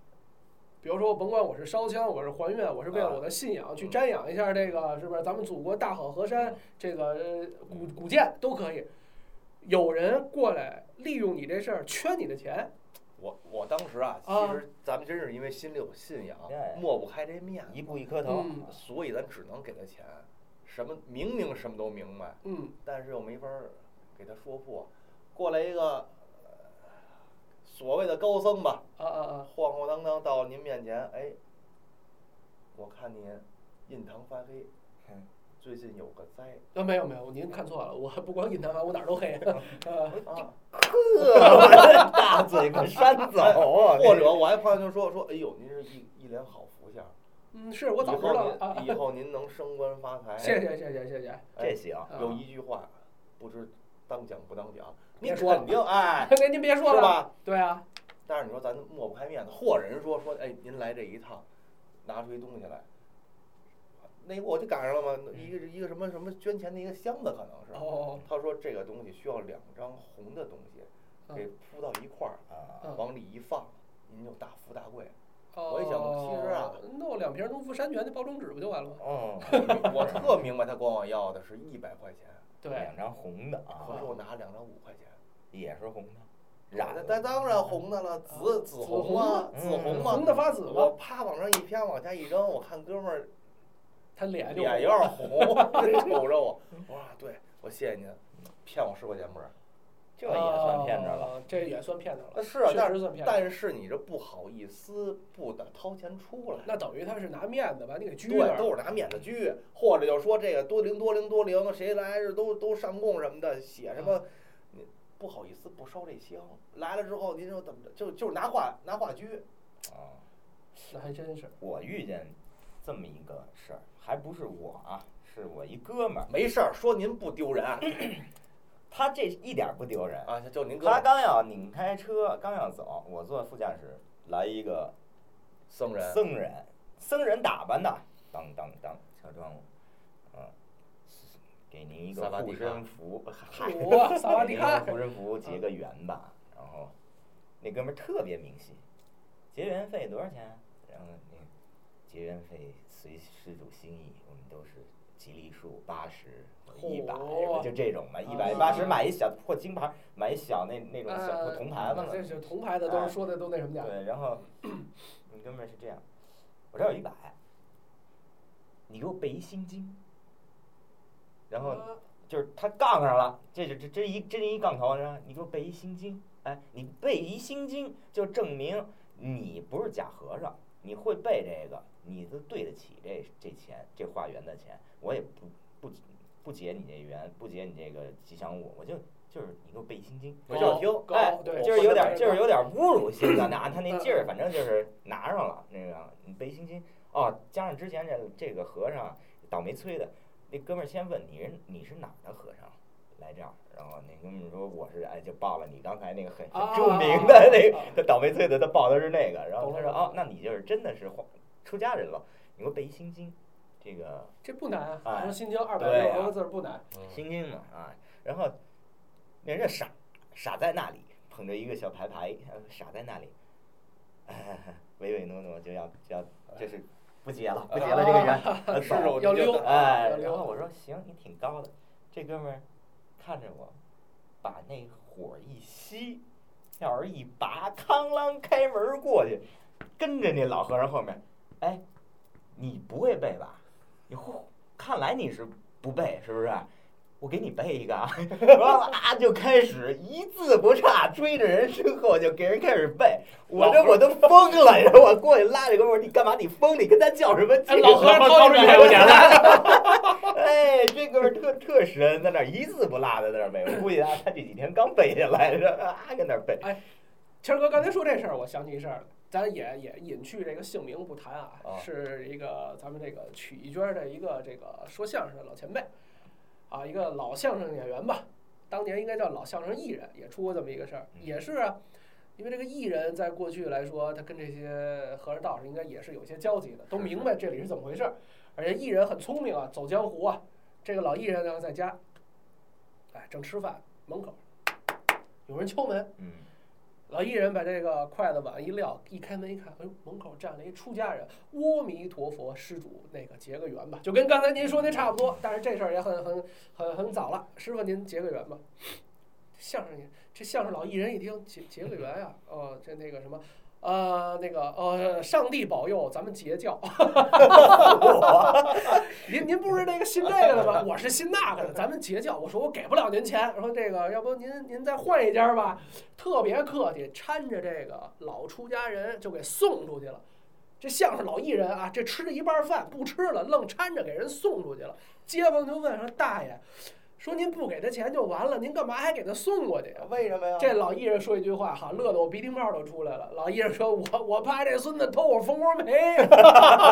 比如说我甭管我是烧香，我是还愿，我是为了我的信仰去瞻仰一下这个是不是咱们祖国大好河山这个呃古古建都可以。有人过来利用你这事儿圈你的钱，
我我当时啊，
啊
其实咱们真是因为心里有信仰
对，
抹不开这面子，
一步一磕头，
嗯
所以咱只能给他钱。什么明明什么都明白，
嗯，
但是又没法儿给他说破。过来一个、呃所谓的高僧吧，
啊啊啊，
晃晃荡荡到您面前，哎，我看您印堂发黑，最近有个灾
啊，没有没有，您看错了，我不光印堂啊发，我哪儿都黑。呃，
啊，
呵， 大嘴巴扇走啊！
或者我还朋友就说说，哎呦，您是一一脸好福相，
嗯，是我
以
早知
后
道了
您、
啊。
以后您能升官发财。
谢谢谢谢谢谢，啊
这行，
哎有一句话，不知当讲不当讲，你
别说了
肯定哎，
那您别
是
说了，
吧？
对啊，
但是你说咱抹不开面子，或者人说说，哎，您来这一趟，拿出一东西来，那我就赶上了嘛，一个一个什么什么捐钱的一个箱子，可能是。
嗯哦，
他说这个东西需要两张红的东西，给铺到一块儿，
啊，
嗯
往里一放，您就大富大 贵。
哦，
我一想其实啊，
弄两瓶农夫山泉的包装纸不就完了吗？
哦，
我特明白他管我要的是一百块钱，
对，
两张红的
可
啊
是，我拿了两张五块钱。
也是红的，染
那
的，
那当然红的了，
啊
紫紫红嘛，
紫
紫
红
红嘛
嗯红。的发紫
我
了，
啪往上一啪，往下一扔，我看哥们儿
他脸哎就
脸有点红， 瞅着我，我说啊对，我谢谢您，骗我十块钱不是？
嗯
这也算骗着了。
哦，这也算骗着了，
那是啊，
确
但
实
是
算骗着。
但是你这不好意思不得掏钱出来，
那等于他是拿面子把你给拘
对，
了，
都是拿面子拘，或者就说这个多零多零多零，谁来是都都上供什么的，写什么，你不好意思不烧这香，来了之后您说怎么着，就就是拿话拿话拘，
啊，
哦那还真是。
我遇见这么一个事儿，还不是我啊，是我一哥们儿，
没事儿，说您不丢人啊，
他这一点儿不丢人，
啊就您哥
他
们儿
刚要拧开车，刚要走，我坐副驾驶，来一个
僧人，
僧人，僧人打扮的，当当当，小庄务，嗯，给您一个
萨瓦
护
迪卡
身符，
哇，萨瓦迪卡！
护身符结个缘吧，然后那哥们儿特别明细，结缘费多少钱？啊然后那结缘费随施主心意，我们都是吉利数八十、一百，
嚯
就这种嘛，一百八十买一小或金牌，买一小那那种小或
呃，
铜牌子
那这
嘛。
是铜牌的，都是说的都那什么点儿。
对，然后你哥们儿是这样，我这儿有一百，你给我背一心经，然后
啊
就是他杠上了，这是这这一这一杠头，然后你给我背一心经，哎，你背一心经就证明你不是假和尚，你会背这个，你都对得起这这钱这化缘的钱，我也不不不解你这缘，不解你这个吉祥物，我就就是你给我背一心经，
我就要听
高
哎
对，
就是有点儿，
这
就是有点儿侮辱性的。那他那劲儿，反正就是拿上了那个你背心经哦，加上之前这这个和尚倒霉催的，那哥们儿先问你人你是哪儿的和尚来这儿，然后那哥们儿说我是哎就报了你刚才那个很
啊
很著名的那个他倒霉催的，他报的是那个，然后他说哦，那你就是真的是化出家人了，你给我背一心经，这个
这不难啊，
哎
你说新疆二百
对啊
六十多个字儿不难，
嗯
心经嘛啊，然后那人家傻傻在那里，捧着一个小牌牌，呃傻在那里，哎唯唯诺诺就要就要就是不结了，不结了这个缘，呃
是肉
走
要
你就
溜
得
哎
要，
然
溜
后我说行，你挺高的，这哥们儿看着我，把那火一吸，钥匙一拔，哐啷开门过去，跟着那老和尚后面，哎，你不会背吧？你呼，看来你是不背，是不是？我给你背一个啊， 然后啊就开始一字不差追着人身后就给人开始背，我这我都疯了，你知道吗？过去拉着哥们儿，你干嘛？你疯？你跟他较什么劲？
老何掏 出一百块钱来，
哎，这哥们儿特特神，在那儿一字不落的在那儿背。我估计啊他他这几天刚背下来，是吧啊，跟那儿背。
谦儿哥刚才说这事儿，我想起一事儿，咱也也隐去这个姓名不谈啊，
啊
是一个咱们这个曲艺圈儿的一个这个说相声的老前辈，啊，一个老相声演员吧，当年应该叫老相声艺人，也出过这么一个事儿，
嗯
也是啊，因为这个艺人在过去来说，他跟这些和尚道士应该也是有些交集的，都
是是
明白这里是怎么回事儿，而且艺人很聪明啊，走江湖啊，这个老艺人呢在家，哎，正吃饭，门口有人敲门。
嗯，
老艺人把这个筷子碗一撂，一开门一看，哎呦，门口站了一出家人，阿弥陀佛，施主，那个结个缘吧，就跟刚才您说那差不多，但是这事儿也很很很很早了，师傅您结个缘吧。相声也，这相声老艺人一听结结个缘呀、哦、这那个什么。呃，那个呃，上帝保佑，咱们截教。您您不是那个信这个的吗？我是信那个的，咱们截教。我说我给不了您钱，说这个，要不您您再换一家吧。特别客气，搀着这个老出家人就给送出去了。这相声老艺人啊，这吃了一半饭不吃了，愣掺着给人送出去了。街坊就问说：“大爷，说您不给他钱就完了，您干嘛还给他送过去呀？”
为什么呀？
这老艺人说一句话，哈，乐得我鼻涕泡都出来了。老艺人说：“我我怕这孙子偷我蜂窝煤。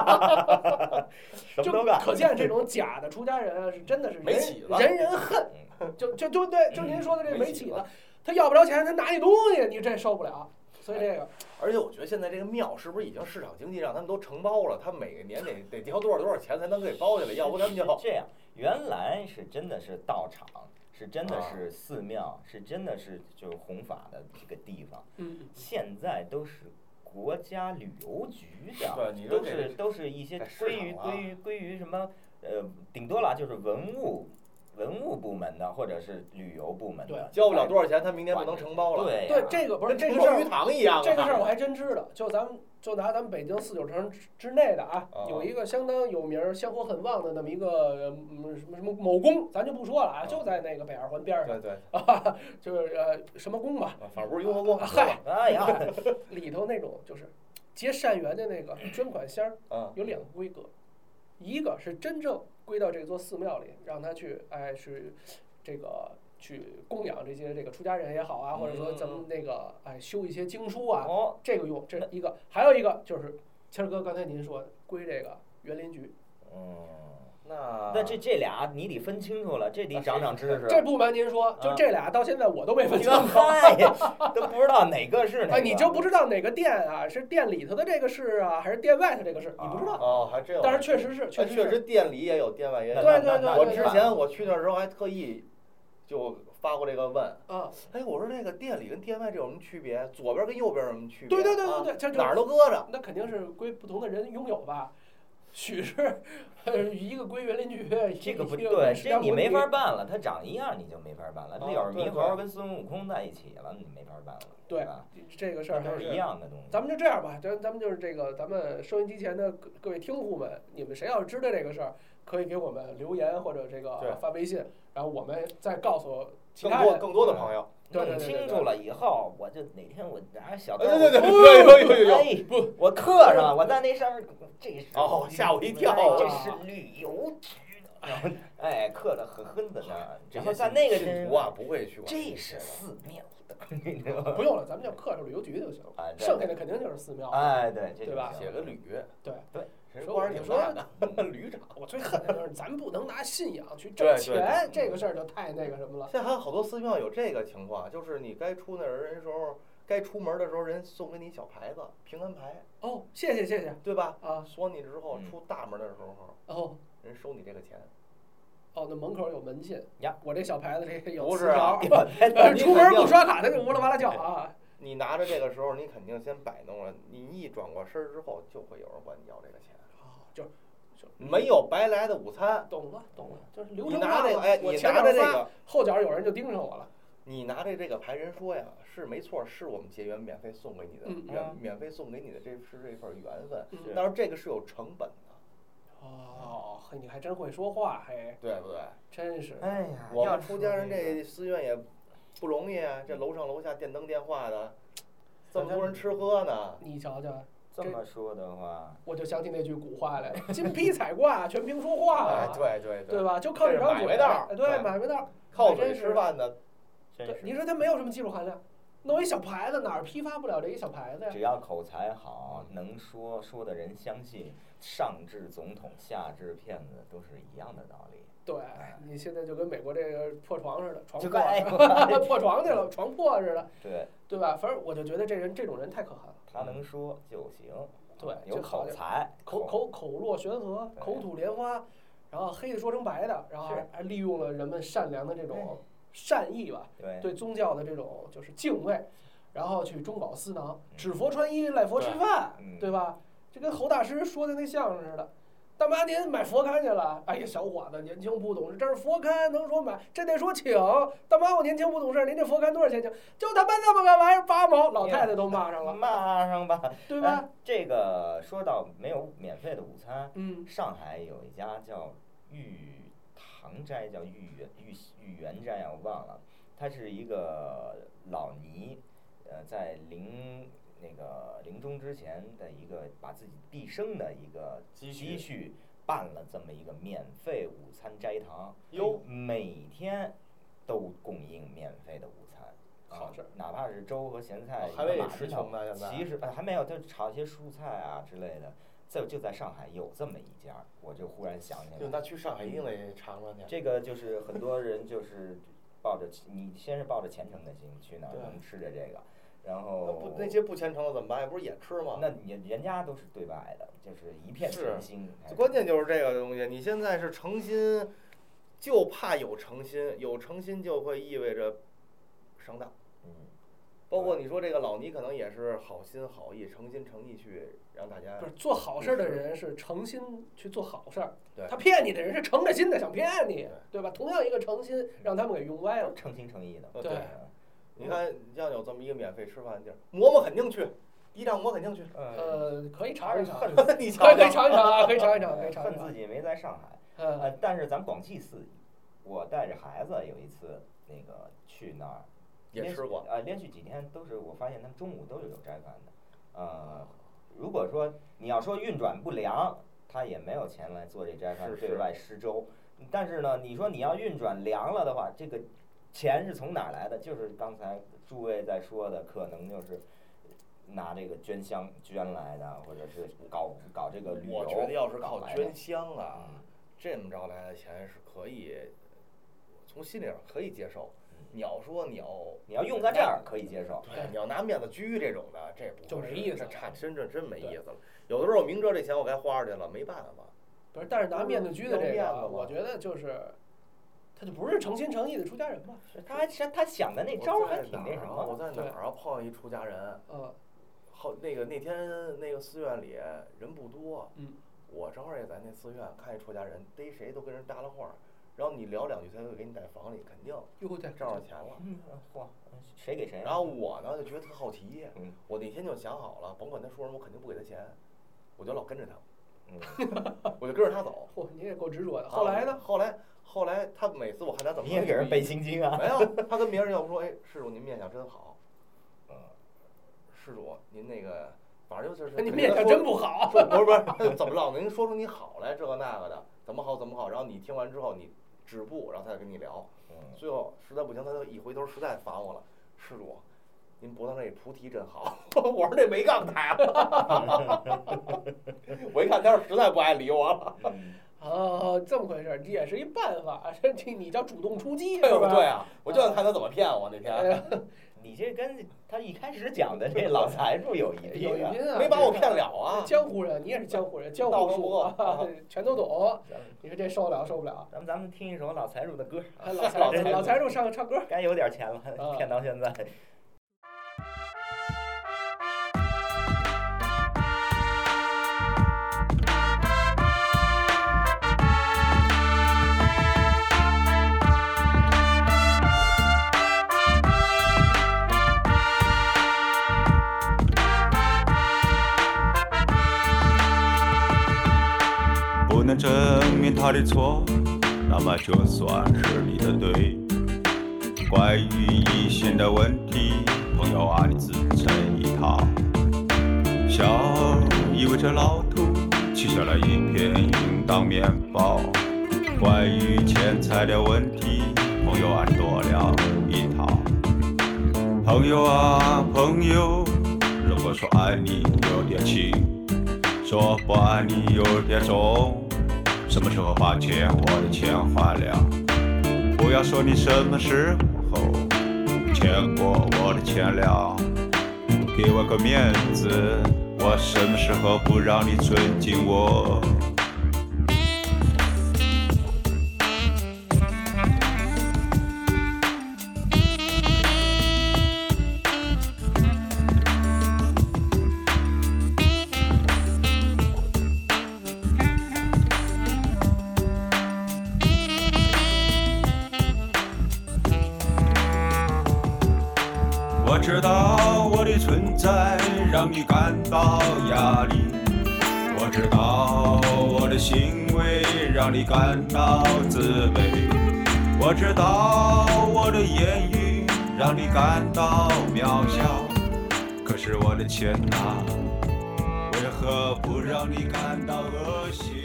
什”么
就
都干。
可见这种假的出家人啊，是真的是
没
人
起子
人人恨，就就就对，就您说的这
嗯没
没
起
起
子
子，他要不着钱，他拿你东西，你这受不了。所以这个
而且我觉得现在这个庙是不是已经市场经济让他们都承包了？他们每个年得得交多少多少钱才能给包下来？要不他 们
是
就
这样，原来是真的是道场，是真的
啊
是寺庙，是真的是就是弘法的这个地方，
嗯，
现在都是国家旅游局的
对啊你，说
都
这
是
个
都是一些
在市
归于
场啊
归于归于什么呃，顶多了就是文物文物部门的或者是旅游部门的，
交不了多少钱，他明年不能承包了。
对
对
呀，
这个不是这
跟
个
跟摸
事儿
鱼，塘一样啊。
这个事儿 我还真知道。就咱们就拿咱们北京四九城之之内的啊
啊，
有一个相当有名儿、香火很旺的那么一个嗯什么什么某宫，咱就不说了啊，
啊
就在那个北二环边儿上，
对对，
啊，就是呃什么宫吧，
啊反正不是雍和宫。
嗨，
哎呀，
里头那种就是结善缘的那个捐款箱儿
嗯，
啊
有两个规格，一个是真正归到这座寺庙里，让他去哎去这个去供养这些这个出家人也好啊，或者说咱们那个哎修一些经书啊，
哦，
这个用，这是一个，还有一个就是谦儿哥刚才您说的归这个园林局，
嗯，
那
那这这俩你得分清楚了，这得长长知识。
这不瞒您说，就
啊
这俩到现在我都没分
你
清
说
楚。
嗨， 都不知道哪个是哪
哎，
个。
你就不知道哪个店啊，是店里头的这个事啊，还是店外头这个事，你不知道。
哦，还真有。
但是确实是，
哎，
确实
确
是，
实店里也有，店外也
那
有。
对
那那
我
那
对
之前我去那时候还特意就发过这个问，
啊，
哎，我说这个店里跟店外这有什么区别？左边跟右边有什么区别？
对对对
啊
对对，这
哪儿都搁着。
那肯定是归不同的人拥有吧。许是，呃一个归园林局，
这个不
一归
对，
石
这
家
你
庄
没
局
法办了，他长一样你就没法办了。
啊
那要是
对
猕
对
猴跟孙悟空在一起了，你没法办了，
对
吧？
这个事
这
儿
都
还
是
是啊
一样的东西。
咱们就这样吧，咱咱们就是这个，咱们收音机前的各各位听户们，你们谁要是知道这个事儿，可以给我们留言或者
对
这个发微信，然后我们再告诉其
更
他
多
人。
更多的朋友，
对对
弄
对
清楚了以后，我就哪天我拿小刀，
对对对
我
对对对对
哎，不，我刻上，我在那上面，这是
哦吓我一跳
哎这
啊
是旅游局的， 然后哎，刻的很狠的呢，
这
然
些
后在那个
信
人
徒啊，不会去管
这
些
是
的
寺 庙的，你知道吗？
不用了，咱们就刻上旅游局就行了，
哎，对
剩下的肯定就是寺庙。
哎，对，这
对吧
就行
写 个旅，
对
对，
其实
说
官儿
我
挺
说
大 的，旅长。
我最恨的就是咱不能拿信仰去挣
对对
对
钱，这个事儿就太那个什么了。
现在还有好多寺庙有这个情况，就是你该出那人的时候，该出门的时候，人送给你小牌子，平安牌，
哦，谢谢谢谢
对吧？
啊，
说你之后
嗯
出大门的时候，
哦
人收你这个钱。
哦，那门口有门禁
呀，
我这小牌子这有
不
磁
是啊
条儿，
肯定
出门不刷卡他就呜啦哇啦叫啊。
你拿着这个时候，你肯定先摆弄了，你一转过身儿之后，就会有人管你要这个钱。
哦就是
没有白来的午餐。
懂了懂了，就是流
你
程
拿
上
这个，哎，
我
你
前
拿
脚
着这
发
个，
后脚有人就盯上我了。
你拿着这个牌，人说呀，是没错，是我们结缘免费送给你的，
嗯
免免费送给你的，这是这份缘分。
嗯
但是这个是有成本的，
哦，嘿，你还真会说话，嘿，
对不对？
真是。
哎 呀，
我
要
们出家人
说个
这寺院也不容易啊，这楼上楼下电灯电话的，这么多人吃喝呢。
你瞧瞧，
这么说的话，
我就想起那句古话来了：“金披彩挂，全凭说话
哎，
啊。
对对
对，吧？就靠这张
这是买卖
嘴，
道儿
哎
对
对，买卖道儿。
靠嘴吃饭的，
真
对，
是
你说它没有什么技术含量，弄一小牌子，哪儿批发不了这一小牌子呀
只？要口才好，能说，说的人相信，上至总统，下至骗子，都是一样的道理。
对，你现在就跟美国这个破床似的，床
哎就
破
跟哎
了破床去了，床破似的，
对
对吧？反正我就觉得这人这种人太可恨了。
他能说就行，
对，
有
这好
口
像
才，
口口口若悬河，
对
口吐莲花，然后黑的说成白的，然后还
是哎
还利用了人们善良的这种善意吧，
对
对宗教的这种就是敬畏，然后去中饱私囊，指佛穿衣，赖佛吃饭，
嗯
对吧？这跟侯大师说的那相声似的。大妈，您买佛龛去了？哎呀，小伙子，年轻不懂事，这是佛龛，能说买，这得说请。大妈，我年轻不懂事，您这佛龛多少钱请？就他妈那么个玩意儿，八毛，老太太都骂上了，
骂上吧，
对吧
嗯哎？这个说到没有免费的午餐，
嗯，
上海有一家叫玉堂斋，叫玉园玉玉园斋啊，我忘了。他是一个老尼，呃，在零那个临终之前的一个把自己毕生的一个
积蓄
积蓄办了这么一个免费午餐斋堂，
哟
每天都供应免费的午餐。
好事儿
啊，哪怕是粥和咸菜，
哦还为
一个馒
吃
头
穷呢现在
其实呃还没有，就炒一些蔬菜啊之类的。在就在上海有这么一家，我就忽然想起
就
来
那，去上海一定得尝尝去。
这个就是很多人就是抱着你先是抱着虔诚的心去那儿
对
能吃着这个，然
那
后
不那些不虔诚的怎么办呀？不是也吃吗？
那人人家都是对外的，就是一片
是
诚心。哎
关键就是这个东西，你现在是诚心，就怕有诚心，有诚心就会意味着上当。
嗯，
包括你说这个老倪可能也是好心好意、诚心诚意去让大家
不是做好事儿的人是诚心去做好事儿
对，
他骗你的人是诚着心的想骗你
对，
对吧？同样一个诚心，让他们给用歪了
都。诚心诚意的。
呃
对
你看，像有这么一个免费吃饭的地儿，嬷嬷肯定去，一丈母肯定去。
呃，
呃，可以尝一尝，
恨哎
可
你
以
瞧
可以
瞧，
尝一尝啊，可以尝
呃
一尝，可以尝一
呃恨自
尝。
己没在上海，呃
嗯，，
但是咱广汽四，我带着孩子有一次那个去那儿，
也吃过，
啊，连续几天都是我发现他们中午都是有斋饭的，呃，如果说你要说运转不良，他也没有钱来做这斋饭，
是
对
是
外施粥。但是呢，你说你要运转良了的话，这个钱是从哪儿来的？就是刚才诸位在说的，可能就是。拿这个捐香捐来的，或者是搞搞这个旅游，
我觉得要是靠
搞来的
捐香啊
嗯，
这么着来的钱是可以，从心里上可以接受
嗯。
你要说你要
你要用在这儿可以接受，
对，你要拿面子拘这种的，这不
就
合
没
适
意思
这差
了
真这真没意思了。有的时候明知道这钱我该花出去了，没办法。
不是，但是拿面子拘的这
要面子
个
嘛
啊，我觉得就是，他就不是诚心诚意的出家人吧？
是他还他想的那招儿还挺那什
我
么的，
在哪儿啊？碰上一出家人，
嗯，
好，那个那天那个寺院里人不多，
嗯，
我正好也在那寺院看一出家人，逮谁都跟人搭了话儿，然后你聊两句，他就给你带房里，肯定
哟，对，
挣着钱了。
嗯，嚯，谁给谁啊？
然后我呢就觉得特好奇，
嗯
我那天就想好了，甭管他说什么，我肯定不给他钱，我就老跟着他，
嗯，
我就跟着他走。
嚯，你也够啊执着的。 后来呢？？
后来后来他每次我看他怎么，
你也给人背心经啊？
没有，他跟别人要不说，哎，施主您面相真好，
嗯，
施主您那个，反正就是
哎你面相真不好。
说不是不是，他就怎么老能说出你好来这个那个的，怎么好怎么好，然后你听完之后你止步，然后他再跟你聊，
嗯，
最后实在不行，他就一回头实在烦我了，施主，您脖子上这菩提真好， 我说这没杠台了， 我一看他是实在不爱理我了，
嗯
哦，这么回事儿，也是一办法。这你叫主动出击，
对
是
不
吧？
对啊？我就想看他怎么骗我那
哎
天，
呀，
你这跟他一开始讲的这老财主有一
有
拼
一
啊。
拼啊，
没把我骗了啊，
江湖人，你也是江湖人，江
道
湖
行
术
不
啊，全都懂。
咱
你说这受得了受不了？
咱们咱们听一首老财主的歌，
哎老财
老
老财主上唱歌，
该有点钱了，
啊
骗到现在。
不能证明他的错，那么就算是你的对。关于异性的问题，朋友啊，你自成一套。笑意味着老土，取下了一片云当面包。关于钱财的问题，朋友啊，你多聊一套。朋友啊，朋友，如果说爱你有点轻。说不爱你有点重，什么时候把钱我的钱还了？不要说你什么时候欠过我的钱了，给我个面子，我什么时候不让你尊敬我？我知道我的存在让你感到压力，我知道我的行为让你感到自卑，我知道我的言语让你感到渺小。可是我的钱啊，为何不让你感到恶心？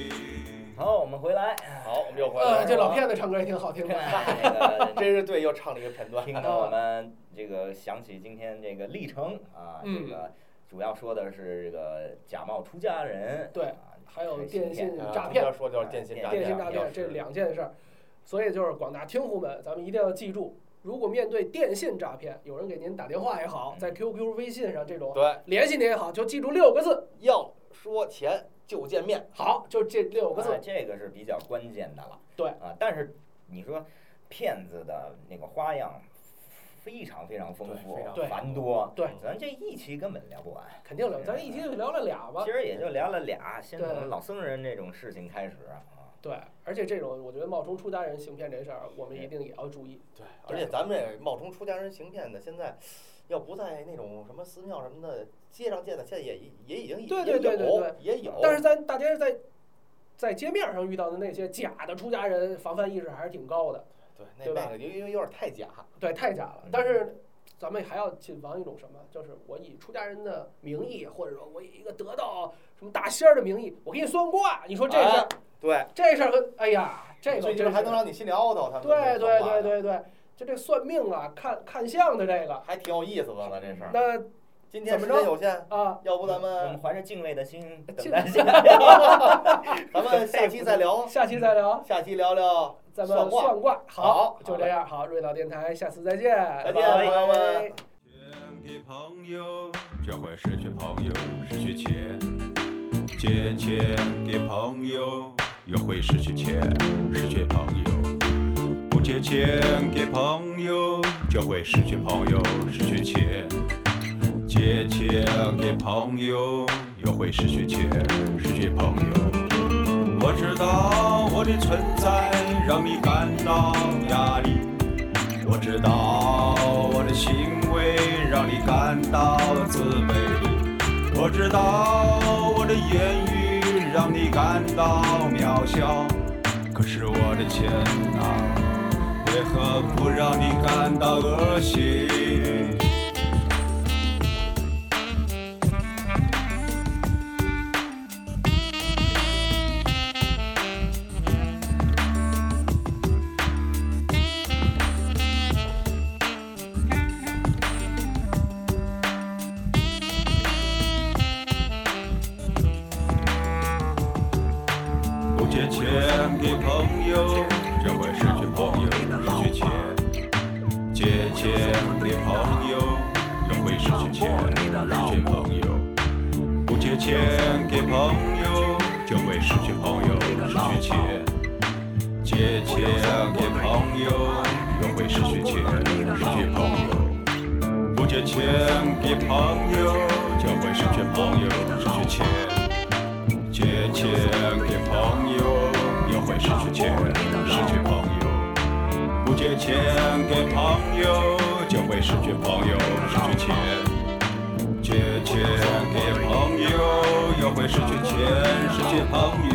好，我们回来。
好，我们又回来
呃，
了。哎
这老骗子唱歌也挺好听的。
那个
真是对，又唱了一个片段。啊
听到我们这个想起今天这个历程啊，
嗯
这个主要说的是这个假冒出家人，
对
啊
还有
这是
电
信
信
片
啊
诈骗
要说就是电信诈
电
骗
信诈骗这两件事儿，所以就是广大听户们，咱们一定要记住，如果面对电信诈骗，有人给您打电话也好，在 QQ、微信上这种
对，
联系您也好，就记住六个字，
要说钱就见面。
好，就这六个
啊
字，
这个是比较关键的了。
对
啊，但是你说骗子的那个花样非常非常丰富
对非常，
对
繁多，
对
嗯
咱这一期根本聊不完。
肯定了。咱一期就聊了俩吧
今，儿也就聊了俩，先
对
从老僧人这种事情开始啊。
对，而且这种我觉得冒充出家人行骗这事儿，我们一定也要注意。
对，而且咱们也冒充出家人行骗的，现在要不在那种什么寺庙什么的街上见的，现在也也已经
对
也
对对对
有
对
也有。
但是咱大家在在街面上遇到的那些假的出家人，防范意识还是挺高的，
对那
对吧
那个因为有点太假，
对，太假了
嗯。
但是咱们还要谨防一种什么，就是我以出家人的名义，或者说我以一个得道什么大仙儿的名义，我给你算卦，你说这事
哎
儿、
对，
这事儿和哎呀，这个
最
真
近还
是
能让你心里凹头，他们
对
这
对
种话
对对对，就这算命啊，看看相的这个，
还挺有意思的呢这事儿。
那
今天时
怎么
间
着
有限，
啊，
要不咱
我们
们
怀着敬畏的心等
敬
待下
嗯
咱 们下期再聊，
下期再聊，
下期聊聊
咱们
算卦
算卦，
好
就这样，好，瑞岛电台，下次再见，
再见
拜拜
朋友们
献给朋友，就会失去朋友，失去钱；借钱给朋友，又会失去钱，失去朋友；不借钱给朋友，就会失去朋友，失去钱；借钱给朋友，又会失去钱，失去朋友。我知道我的存在让你感到压力，我知道我的行为让你感到自卑，我知道我的言语让你感到渺小，可是我的钱啊，为何不让你感到恶心？不借钱给朋友，这会失去朋友，失去钱；借钱给朋友，又会失去钱，失去朋友；不借钱给朋友，就会失去朋友，失去钱；借钱给朋友，又会失去钱，失去朋友；不借钱给朋友，就会失去朋友，失去钱。借钱给朋友，又会失去钱，失去朋友；不借钱给朋友，就会失去朋友，失去钱；借钱给朋友，又会失去钱，失去朋友。